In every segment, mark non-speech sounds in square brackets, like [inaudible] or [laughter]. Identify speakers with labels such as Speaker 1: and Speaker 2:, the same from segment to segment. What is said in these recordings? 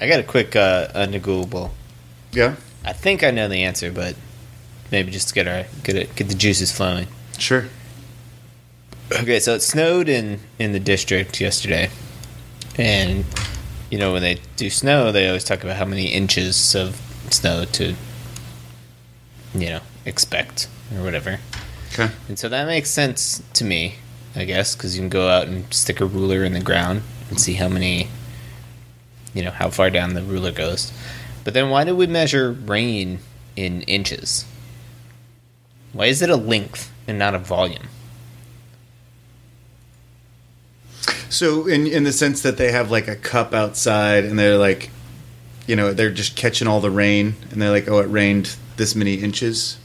Speaker 1: I got a quick uh, unnegotiable.
Speaker 2: Yeah,
Speaker 1: I think I know the answer, but maybe just to get our get it, get the juices flowing.
Speaker 2: sure.
Speaker 1: Okay, so it snowed in in the district yesterday, and you know when they do snow, they always talk about how many inches of snow to you know expect or whatever.
Speaker 2: Okay.
Speaker 1: And so that makes sense to me, I guess, because you can go out and stick a ruler in the ground and see how many, you know, how far down the ruler goes. But then why do we measure rain in inches? Why is it a length and not a volume?
Speaker 2: So in in the sense that they have like a cup outside and they're like, you know, they're just catching all the rain and they're like, oh, it rained this many inches.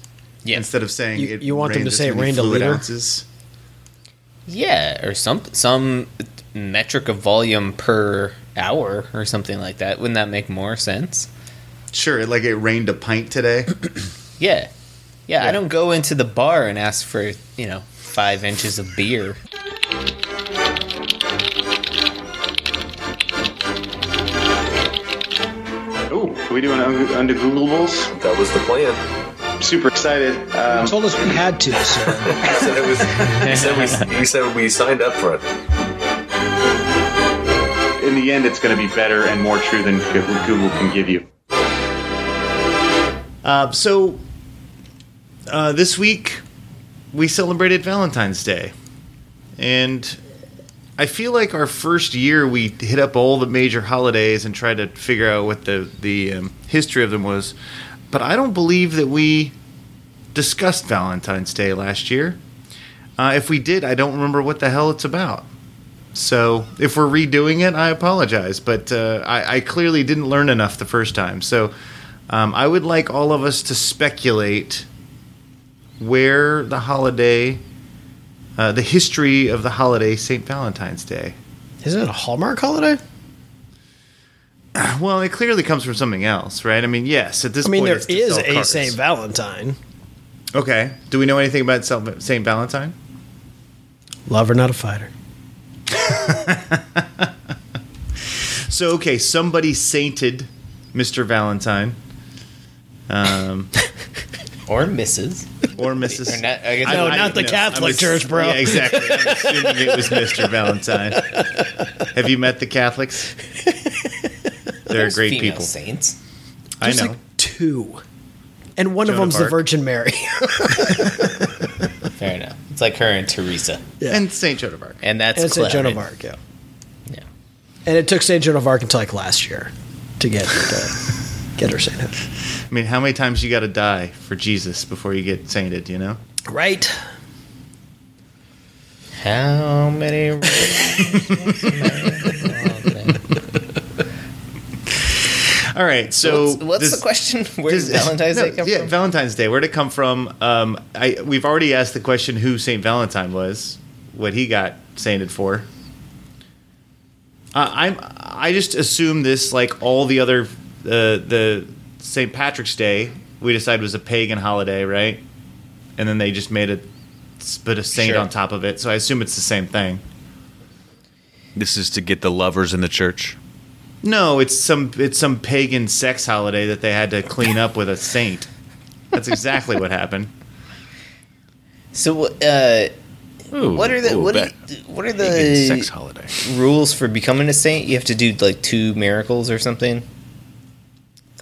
Speaker 2: Instead of saying
Speaker 3: You-
Speaker 2: it
Speaker 3: you want them
Speaker 2: rained
Speaker 3: to
Speaker 2: this
Speaker 3: say it
Speaker 2: many
Speaker 3: rained a
Speaker 2: fluid
Speaker 3: liter?
Speaker 2: ounces.
Speaker 1: Yeah, or some some metric of volume per hour or something like that. Wouldn't that make more sense?
Speaker 2: Sure, like it rained a pint today.
Speaker 1: Yeah. Yeah, I
Speaker 2: Yeah.
Speaker 1: don't go into the bar and ask for, you know, five inches of beer.
Speaker 4: Oh, are we doing un- under Googleables?
Speaker 5: That was the plan.
Speaker 4: Super excited. Um,
Speaker 3: You told us we had to, so
Speaker 5: He said, it was, he, said we, he said we signed up for it.
Speaker 4: in the end, it's going to be better and more true than Go- Google can give you.
Speaker 2: Uh, so uh, this week we celebrated Valentine's Day, and I feel like our first year we hit up all the major holidays and tried to figure out what the the um, history of them was, but I don't believe that we discussed Valentine's Day last year. Uh, if we did, I don't remember what the hell it's about. So if we're redoing it, I apologize, but uh, I, I clearly didn't learn enough the first time. So um, I would like all of us to speculate where the holiday, uh, the history of the holiday St. Valentine's Day.
Speaker 3: isn't it a Hallmark holiday?
Speaker 2: Well, it clearly comes from something else, right? I mean, yes, at this
Speaker 3: I mean,
Speaker 2: point,
Speaker 3: there
Speaker 2: it's to
Speaker 3: is
Speaker 2: sell
Speaker 3: a
Speaker 2: cards.
Speaker 3: Saint Valentine.
Speaker 2: Okay. Do we know anything about Sel- St. Valentine?
Speaker 3: Lover, not a fighter.
Speaker 2: So okay, somebody sainted Mr. Valentine, um,
Speaker 1: Or Mrs.
Speaker 2: or Mrs.
Speaker 1: Or not- I guess-
Speaker 3: No,
Speaker 2: I-
Speaker 3: not the
Speaker 2: no,
Speaker 3: Catholic
Speaker 2: I'm ass-
Speaker 3: Church, bro.
Speaker 2: Yeah, exactly. I'm assuming it was
Speaker 3: [laughs]
Speaker 2: Mr. Valentine. Have you met the Catholics? They're
Speaker 1: There's
Speaker 2: great
Speaker 1: female
Speaker 2: people.
Speaker 1: Saints.
Speaker 2: I
Speaker 3: There's
Speaker 2: know.
Speaker 3: like two, and one
Speaker 2: Joan
Speaker 3: of
Speaker 2: of
Speaker 3: them's the
Speaker 2: Arc.
Speaker 3: Virgin Mary. [laughs]
Speaker 1: Fair enough. It's like her and Teresa,
Speaker 3: yeah.
Speaker 2: And St. Joan of Arc.
Speaker 1: and that's
Speaker 3: and Saint Joan of
Speaker 1: clouded.
Speaker 3: Arc. Yeah.
Speaker 1: Yeah.
Speaker 3: And it took Saint Joan of Arc until like last year to get uh, get her sainthood.
Speaker 2: I mean, how many times you got to die for Jesus before you get sainted, you know?
Speaker 3: Right.
Speaker 1: How many? [laughs]
Speaker 2: All right, [laughs] so.
Speaker 1: So what's, what's
Speaker 2: this-
Speaker 1: the
Speaker 2: [laughs]
Speaker 1: question? Where
Speaker 2: this-
Speaker 1: does Valentine's
Speaker 2: no,
Speaker 1: Day come
Speaker 2: yeah,
Speaker 1: from?
Speaker 2: Valentine's Day. Where'd it come from? Um, I, we've already asked the question who St. Valentine was, what he got sainted for. Uh, I'm I just assume this like all the other uh, the St. Patrick's Day we decided was a pagan holiday, right? And then they just made a bit of saint
Speaker 1: Sure.
Speaker 2: on top of it, so I assume it's the same thing.
Speaker 6: This is to get the lovers in the church.
Speaker 2: No, it's some it's some pagan sex holiday that they had to clean up with a saint. That's exactly what happened.
Speaker 1: so, uh, what are the
Speaker 6: ooh,
Speaker 1: what, are,
Speaker 6: back-
Speaker 1: what are
Speaker 6: pagan sex
Speaker 1: the
Speaker 6: holiday?
Speaker 1: rules for becoming a saint? You have to do like two miracles or something.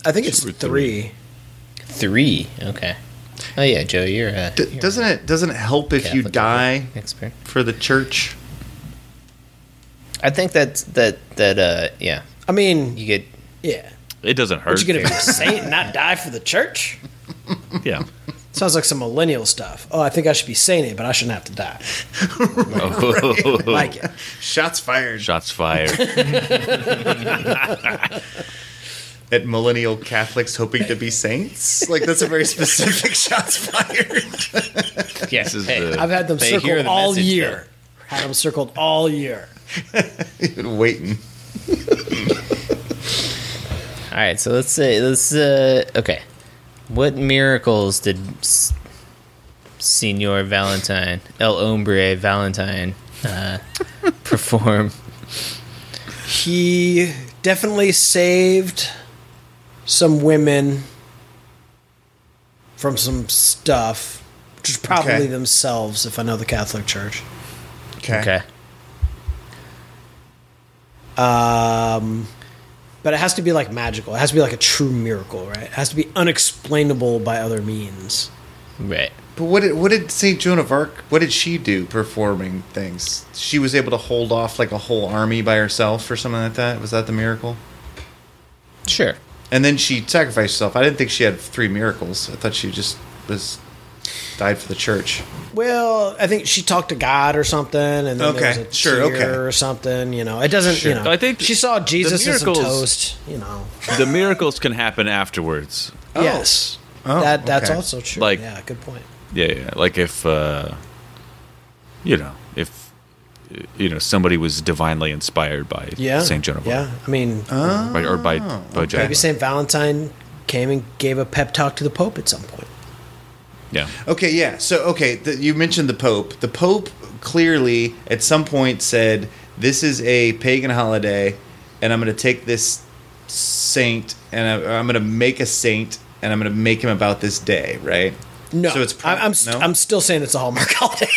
Speaker 3: I think it's
Speaker 6: Two
Speaker 3: three.
Speaker 6: or three.
Speaker 1: Three. Okay. Oh yeah, Joe, you're a
Speaker 2: D- doesn't it doesn't it help if you die
Speaker 1: expert.
Speaker 2: for the church?
Speaker 1: I think that's that that uh yeah
Speaker 3: I mean,
Speaker 1: you get
Speaker 3: yeah.
Speaker 6: It doesn't hurt.
Speaker 3: Aren't you gonna be a saint and not die for the church? [laughs]
Speaker 6: yeah.
Speaker 3: Sounds like some millennial stuff. Oh, I think I should be sainted, but I shouldn't have to
Speaker 2: [laughs]
Speaker 3: die.
Speaker 2: Oh.
Speaker 3: [laughs] Like it.
Speaker 2: Shots fired
Speaker 6: Shots fired.
Speaker 2: at millennial Catholics hoping to be saints. Like that's a very specific [laughs] shots fired.
Speaker 1: yeah. [laughs]
Speaker 6: This is
Speaker 1: hey,
Speaker 6: the-
Speaker 3: I've had them
Speaker 1: They hear
Speaker 3: circled
Speaker 1: the
Speaker 3: all
Speaker 1: message,
Speaker 3: year. Had them circled all year.
Speaker 2: Been waiting.
Speaker 1: All right, so let's say let's uh okay. What miracles did S- Senor Valentine El Hombre Valentine uh, perform?
Speaker 3: He definitely saved some women from some stuff, which is probably
Speaker 2: Okay.
Speaker 3: themselves, if I know the Catholic Church.
Speaker 2: Okay.
Speaker 1: Okay.
Speaker 3: Um, but it has to be like magical. It has to be like a true miracle, right? It has to be unexplainable by other means.
Speaker 1: Right.
Speaker 2: But what did, what did Saint Joan of Arc? What did she do performing things? She was able to hold off like a whole army by herself or something like that. Was that the miracle?
Speaker 1: Sure.
Speaker 2: And then she sacrificed herself. I didn't think she had three miracles. I thought she just was died for the church.
Speaker 3: Well, I think she talked to God or something, and then there was
Speaker 2: Okay,
Speaker 3: a
Speaker 2: sure,
Speaker 3: tear
Speaker 2: okay.
Speaker 3: or something. You know, it doesn't. You know,
Speaker 6: I think
Speaker 3: she saw
Speaker 6: the
Speaker 3: Jesus in some
Speaker 6: miracles-
Speaker 3: toast. You know,
Speaker 6: The miracles can happen afterwards.
Speaker 3: yes,
Speaker 2: Oh,
Speaker 3: that that's
Speaker 2: okay.
Speaker 3: also true.
Speaker 6: Like-
Speaker 3: yeah, good point.
Speaker 6: Yeah, yeah. Like if, uh, you know, if you know somebody was divinely inspired by
Speaker 3: Yeah,
Speaker 6: Saint Joan of Arc,
Speaker 3: Yeah, Oh. I mean,
Speaker 2: Oh.
Speaker 6: by, or by by Joan. of
Speaker 3: maybe
Speaker 6: Arc.
Speaker 3: Saint Valentine came and gave a pep talk to the Pope at some point.
Speaker 6: Yeah,
Speaker 2: Okay, yeah. So, okay, the, you mentioned the Pope. The Pope clearly at some point said, "This is a pagan holiday, and I'm going to take this saint, and I, I'm going to make a saint, and I'm going to make him about this day." Right?
Speaker 3: No,
Speaker 2: So it's
Speaker 3: I-
Speaker 2: prob-
Speaker 3: I'm st-
Speaker 2: no?
Speaker 3: I'm still saying it's a Hallmark [laughs] holiday.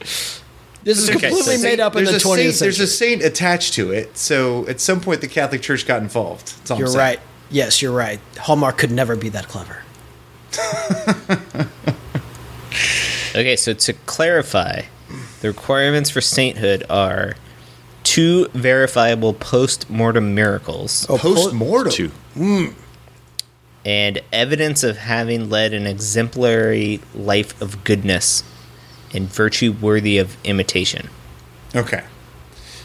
Speaker 3: this is
Speaker 2: Okay, so
Speaker 3: completely
Speaker 2: saint-
Speaker 3: made up in
Speaker 2: there's
Speaker 3: the
Speaker 2: a
Speaker 3: 20th
Speaker 2: saint,
Speaker 3: century.
Speaker 2: There's a saint attached to it, so at some point the Catholic Church got involved. That's all I'm
Speaker 3: You're
Speaker 2: saying.
Speaker 3: right. Yes, you're right. Hallmark could never be that clever.
Speaker 1: Okay, so to clarify, the requirements for sainthood are two verifiable post mortem miracles
Speaker 3: Oh, po-
Speaker 2: Post mortem.
Speaker 6: two.
Speaker 1: and evidence of having led an exemplary life of goodness and virtue worthy of imitation,
Speaker 2: Okay.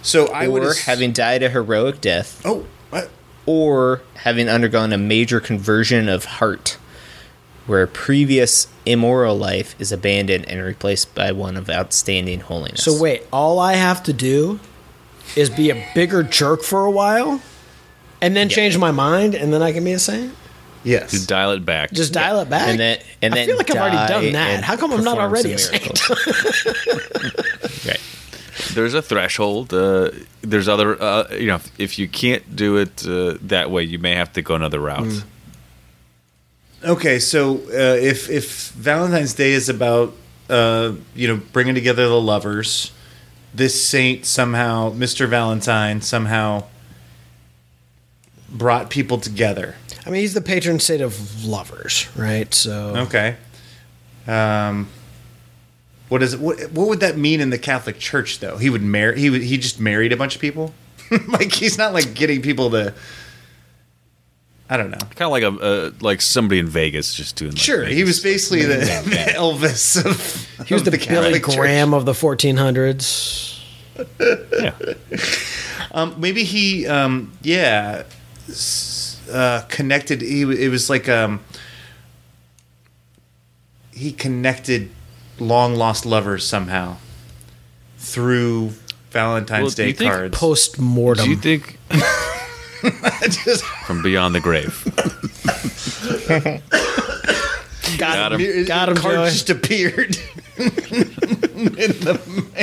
Speaker 2: So I would
Speaker 1: or
Speaker 2: ass-
Speaker 1: having died a heroic death,
Speaker 2: Oh, what?
Speaker 1: or having undergone a major conversion of heart. Where a previous immoral life is abandoned and replaced by one of outstanding holiness.
Speaker 3: So wait, all I have to do is be a bigger jerk for a while, and then change my mind, and then I can be a saint.
Speaker 2: Yes.
Speaker 6: Just dial it back.
Speaker 3: Just dial it back.
Speaker 1: And then- and
Speaker 3: I
Speaker 1: then
Speaker 3: feel like I've
Speaker 1: die
Speaker 3: already done that.
Speaker 1: and
Speaker 3: How come I'm not
Speaker 1: perform
Speaker 3: already a
Speaker 1: some
Speaker 3: saint? [laughs]
Speaker 1: miracles. right.
Speaker 6: there's a threshold. Uh, there's other, uh, you know, if, if you can't do it uh, that way, you may have to go another route.
Speaker 3: Mm.
Speaker 2: Okay, so uh, if if Valentine's Day is about uh, you know bringing together the lovers, this saint somehow, Mister Valentine somehow brought people together.
Speaker 3: I mean, he's the patron saint of lovers, right? So
Speaker 2: Okay, um, what is what what would that mean in the Catholic Church though? He would marry. He would, he just married a bunch of people. [laughs] like he's not like getting people to. I don't know.
Speaker 6: Kind of like a uh, like somebody in Vegas just doing. Like
Speaker 2: Sure, he
Speaker 6: Vegas.
Speaker 2: was basically the, [laughs] the Elvis of,
Speaker 3: he was
Speaker 2: of
Speaker 3: the, Billy
Speaker 2: Catholic Church.
Speaker 3: Graham of the 1400s.
Speaker 6: Yeah.
Speaker 2: Um, maybe he, um, yeah, s- uh, connected. He, w- it was like um, he connected long lost lovers somehow through
Speaker 6: Well,
Speaker 2: Valentine's
Speaker 6: do
Speaker 2: Day
Speaker 6: you think
Speaker 2: cards. [laughs]
Speaker 3: Post
Speaker 6: Do you
Speaker 3: mortem.
Speaker 6: think
Speaker 2: Just-
Speaker 6: from beyond the grave? Got him.
Speaker 2: it-
Speaker 3: Got him,
Speaker 2: card
Speaker 3: Joey.
Speaker 2: just appeared. [laughs]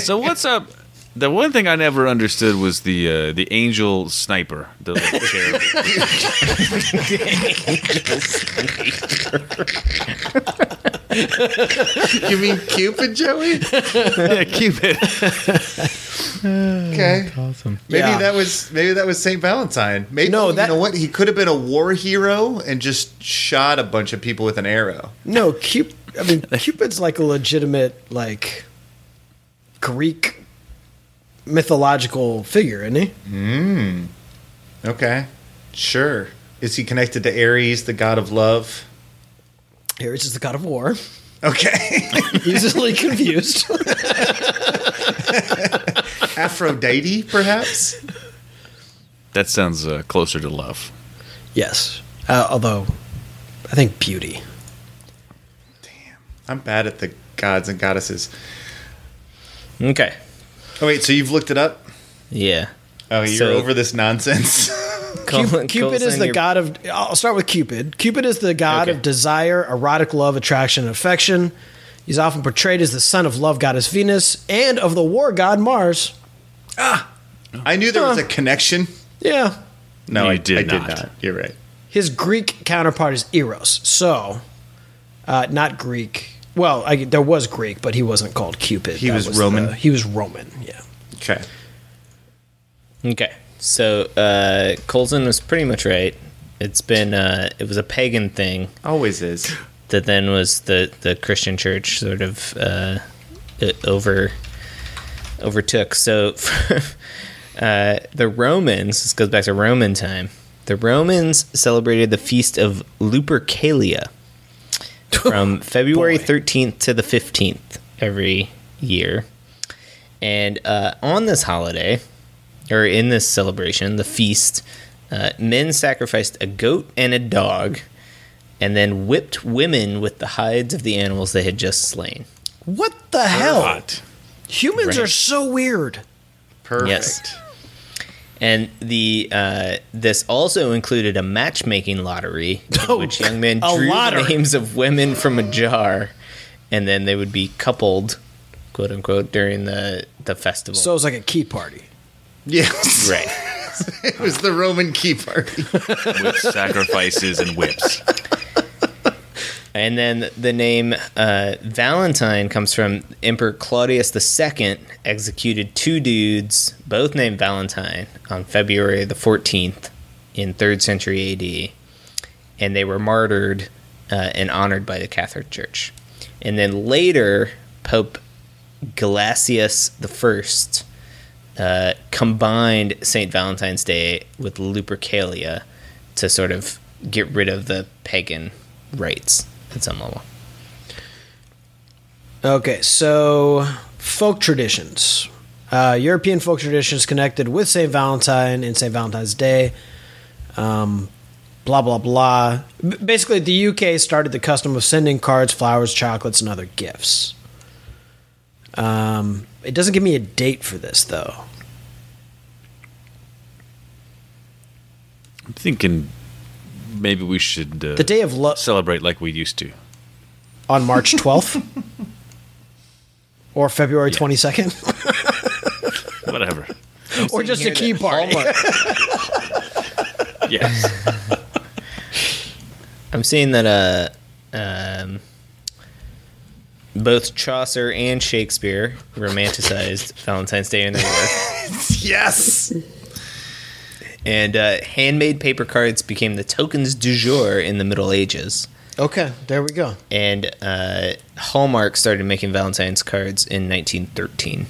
Speaker 6: So what's up? The one thing I never understood was the uh, the angel sniper. The
Speaker 3: [laughs]
Speaker 6: little cherub.
Speaker 2: you mean Cupid, Joey?
Speaker 6: yeah, keep it.
Speaker 2: Okay,
Speaker 1: Awesome.
Speaker 2: maybe
Speaker 3: Yeah.
Speaker 2: that was maybe that was Saint Valentine. Maybe
Speaker 3: No,
Speaker 2: no,
Speaker 3: that-
Speaker 2: you know what? He could have been a war hero and just shot a bunch of people with an arrow.
Speaker 3: No, Cupid. I
Speaker 1: [laughs]
Speaker 3: mean, Cupid's like a legitimate like Greek mythological figure, isn't he?
Speaker 2: Okay. Sure. Is he connected to Ares, the god of love?
Speaker 3: Ares is the god of war. [laughs]
Speaker 2: [laughs] Okay.
Speaker 3: Easily confused.
Speaker 2: Aphrodite, perhaps?
Speaker 6: That sounds uh, closer to love.
Speaker 3: yes, uh, although I think beauty.
Speaker 2: I'm bad at the gods and goddesses.
Speaker 1: Okay.
Speaker 2: Oh, wait, so you've looked it up?
Speaker 1: Yeah.
Speaker 2: Oh, you're
Speaker 1: So-
Speaker 2: over this nonsense.
Speaker 1: Colin-
Speaker 3: Cupid,
Speaker 1: Colin's
Speaker 3: is
Speaker 1: saying
Speaker 3: the
Speaker 1: you're-
Speaker 3: god of. I'll start with Cupid. Cupid is the god
Speaker 1: Okay.
Speaker 3: of desire, erotic love, attraction, and affection. He's often portrayed as the son of love goddess Venus and of the war god Mars.
Speaker 2: [laughs] I knew there was a connection.
Speaker 3: Yeah.
Speaker 2: No,
Speaker 6: You
Speaker 2: I
Speaker 6: did
Speaker 2: I
Speaker 6: not.
Speaker 2: did not. You're right.
Speaker 3: His Greek counterpart is Eros. So, uh, not Greek. Well, I, there was Greek, but he wasn't called Cupid.
Speaker 2: He
Speaker 3: That
Speaker 2: was Roman?
Speaker 3: the- he was Roman, yeah.
Speaker 2: Okay.
Speaker 1: Okay. So uh, Colson was pretty much right. It's been uh, it was a pagan thing
Speaker 2: Always is.
Speaker 1: that then was the the Christian church sort of uh, it over overtook. So [laughs] uh, the Romans. This goes back to Roman time. The Romans celebrated the feast of Lupercalia from February
Speaker 3: Boy.
Speaker 1: 13th to the 15th every year. And uh, on this holiday, or in this celebration, the feast, uh, men sacrificed a goat and a dog and then whipped women with the hides of the animals they had just slain.
Speaker 3: What the hell?
Speaker 2: Hot.
Speaker 3: Humans
Speaker 1: Right.
Speaker 3: are so weird.
Speaker 2: Perfect.
Speaker 1: Yes. And the uh, this also included a matchmaking lottery in
Speaker 3: Oh,
Speaker 1: which young men
Speaker 3: a
Speaker 1: drew
Speaker 3: lottery.
Speaker 1: names of women from a jar, and then they would be coupled, quote unquote, during the the festival.
Speaker 3: So it's like a key party.
Speaker 2: Yes. [laughs]
Speaker 1: right.
Speaker 2: It was the Roman key party.
Speaker 6: with sacrifices and whips.
Speaker 1: And then the name uh, Valentine comes from Emperor Claudius II, executed two dudes, both named Valentine, on February the 14th in 3rd century AD. And they were martyred uh, and honored by the Catholic Church. And then later, Pope Galasius I uh, combined St. Valentine's Day with Lupercalia to sort of get rid of the pagan rites at some level.
Speaker 3: Okay, so folk traditions. Uh, European folk traditions connected with St. Valentine and St. Valentine's Day. Um, blah, blah, blah. B- basically, the UK started the custom of sending cards, flowers, chocolates, and other gifts. Um, it doesn't give me a date for this, though.
Speaker 6: I'm thinking maybe we should uh,
Speaker 3: The day of love
Speaker 6: celebrate like we used to.
Speaker 3: on March 12th or February 22nd
Speaker 6: Whatever.
Speaker 3: [laughs] or just a key party.
Speaker 6: Yes.
Speaker 1: I'm seeing that uh, um, both Chaucer and Shakespeare romanticized [laughs] Valentine's Day in their work,
Speaker 2: [laughs] [laughs] yes.
Speaker 1: and uh, handmade paper cards became the tokens du jour in the Middle Ages.
Speaker 3: [laughs] Okay, there we go.
Speaker 1: And uh, Hallmark started making Valentine's cards in 1913.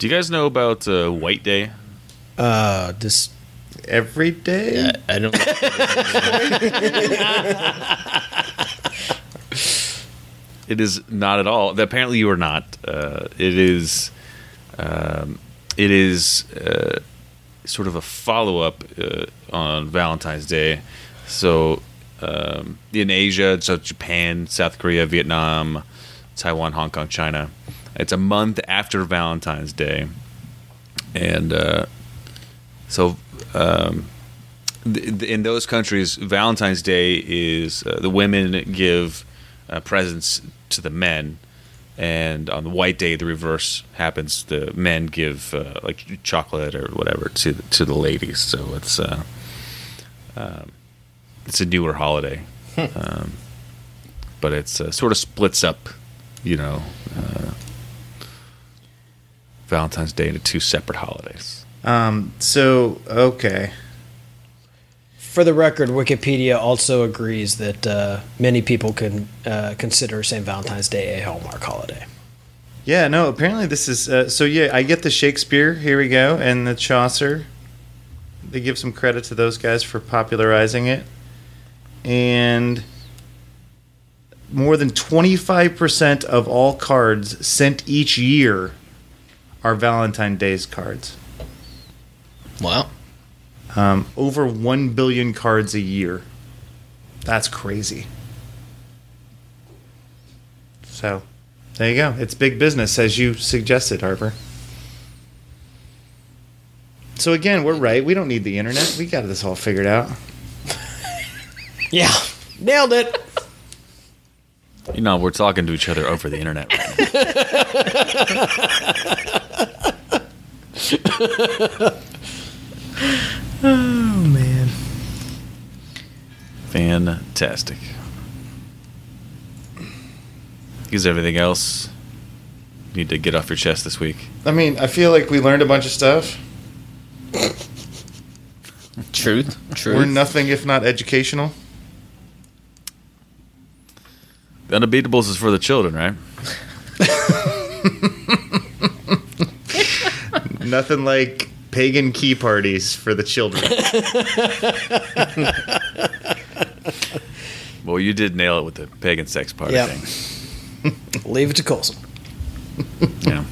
Speaker 6: Do you guys know about uh, White Day?
Speaker 3: Uh, this
Speaker 2: Every day.
Speaker 1: I, I don't.
Speaker 6: It is not at all. Apparently, you are not. Uh, it is. Um, it is uh, sort of a follow up uh, on Valentine's Day. So um, in Asia, so Japan, South Korea, Vietnam, Taiwan, Hong Kong, China. It's a month after Valentine's Day, and uh, so th- th- in those countries, Valentine's Day is uh, the women give uh, presents to the men, and on the White Day, the reverse happens. The men give uh, like ch- chocolate or whatever to the, to the ladies. So it's uh, um, it's a newer holiday, um, but it's uh, sort of splits up, you know. Uh, Valentine's Day into two separate holidays.
Speaker 2: Um. So okay.
Speaker 3: For the record, Wikipedia also agrees that uh, many people can uh, consider St. Valentine's Day a Hallmark holiday.
Speaker 2: Yeah. No. Apparently, this is. Uh, so yeah, I get the Shakespeare. Here we go, and the Chaucer. They give some credit to those guys for popularizing it, and more than twenty five percent of all cards sent each year are Valentine's Day's cards.
Speaker 1: [laughs] wow.
Speaker 2: Um, over one billion cards a year. That's crazy. So, there you go. It's big business, as you suggested, Harper. So again, we're right. We don't need the internet. We got this all figured out.
Speaker 3: Yeah, nailed it.
Speaker 6: You know, we're talking to each other over the internet. Right now.
Speaker 7: Oh man.
Speaker 6: Fantastic. Is there anything else you need to get off your chest this week?
Speaker 2: I mean, I feel like we learned a bunch of stuff.
Speaker 1: Truth. Truth.
Speaker 2: We're nothing if not educational.
Speaker 6: The Unbeatables is for the children, right?
Speaker 2: Nothing like pagan key parties for the children.
Speaker 6: Well, you did nail it with the pagan sex party
Speaker 3: Yep.
Speaker 6: thing.
Speaker 3: Leave it to Colson.
Speaker 6: Yeah.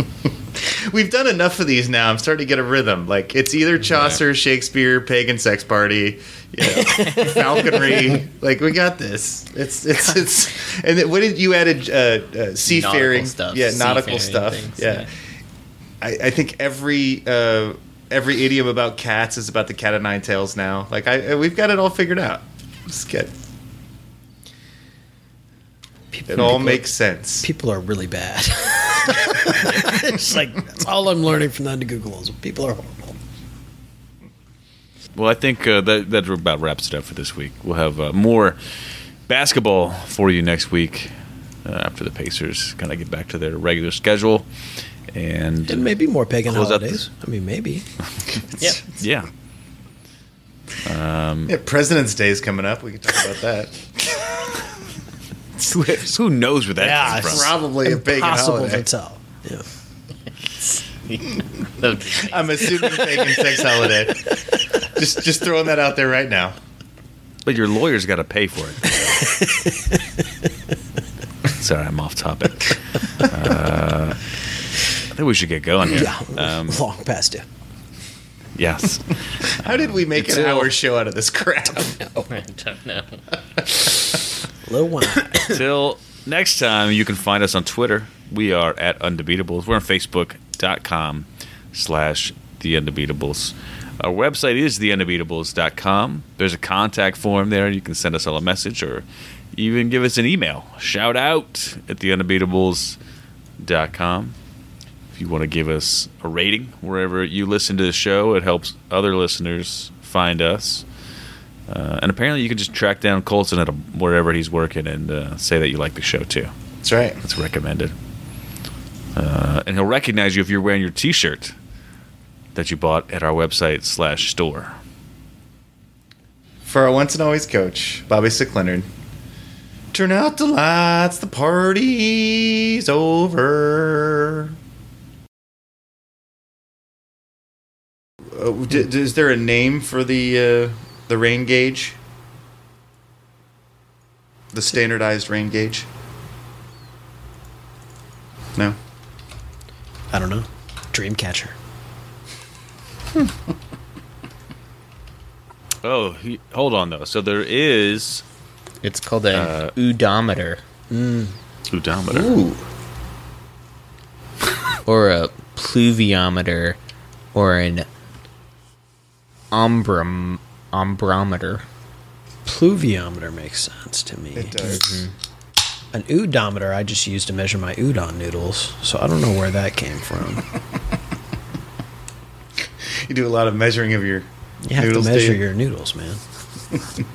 Speaker 2: We've done enough of these now. I'm starting to get a rhythm. Like it's either Chaucer, Shakespeare, pagan sex party,
Speaker 1: [laughs]
Speaker 2: you know, falconry. Like we got this. It's it's it's. And then what did you added? Uh, uh, seafaring
Speaker 1: stuff,
Speaker 2: Yeah, nautical
Speaker 1: seafaring
Speaker 2: stuff.
Speaker 1: things,
Speaker 2: yeah.
Speaker 1: yeah.
Speaker 2: I, I think every uh, every idiom about cats is about the cat of nine tails now. Like I, I- we've got it all figured out. It's good. It all makes sense.
Speaker 3: People are really [laughs] bad. it's like that's all I'm learning from that to Google is people are horrible.
Speaker 6: Well, I think uh, that that about wraps it up for this week. We'll have uh, more basketball for you next week uh, after the Pacers kind of get back to their regular schedule. And
Speaker 3: And maybe more pagan
Speaker 6: Close up
Speaker 3: holidays. I mean, maybe.
Speaker 1: Yep.
Speaker 6: yeah,
Speaker 2: Yeah, President's Day is coming up. We can talk about that.
Speaker 6: who, who knows where that
Speaker 3: Yeah,
Speaker 6: came
Speaker 3: it's
Speaker 6: from?
Speaker 2: Probably a pagan
Speaker 3: Impossible
Speaker 2: holiday.
Speaker 3: to tell. Yeah.
Speaker 2: I'm assuming pagan sex holiday. Just just throwing that out there right now.
Speaker 6: But your lawyer's got to pay for it. [laughs] Sorry, I'm off topic. Uh, I think we should get going here.
Speaker 3: Yeah.
Speaker 6: Um,
Speaker 3: Long past you.
Speaker 6: yes.
Speaker 2: How did we make an
Speaker 6: Until-
Speaker 2: hour show out of this crap?
Speaker 1: [laughs] I don't know.
Speaker 3: Little wine.
Speaker 6: Till next time, you can find us on Twitter. We are at Undebeatables. We're on Facebook.com slash The Undebeatables. Our website is TheUndebeatables.com. There's a contact form there. You can send us all a message or even give us an email. Shout out at TheUndebeatables.com. If you want to give us a rating wherever you listen to the show, it helps other listeners find us. Uh, and apparently, you can just track down Colson at a, wherever he's working and uh, say that you like the show too.
Speaker 2: That's right.
Speaker 6: It's recommended. Uh, and he'll recognize you if you're wearing your T-shirt that you bought at our website slash store.
Speaker 2: For our once and always coach, Bobby Sick Leonard. Turn out the lights, the party's over. Uh, d- d- is there a name for the uh, the rain gauge? The standardized rain gauge? No.
Speaker 3: I don't know. Dreamcatcher.
Speaker 6: Oh, he, hold on though. So there is
Speaker 1: It's called a odometer
Speaker 6: odometer.
Speaker 1: or a pluviometer or an umbrum umbrometer.
Speaker 3: Pluviometer makes sense to me.
Speaker 2: It does.
Speaker 3: An oodometer I just used to measure my udon noodles, so I don't know where that came from.
Speaker 2: You do a lot of measuring of your
Speaker 3: You have
Speaker 2: noodles,
Speaker 3: to measure
Speaker 2: dude.
Speaker 3: your noodles, man.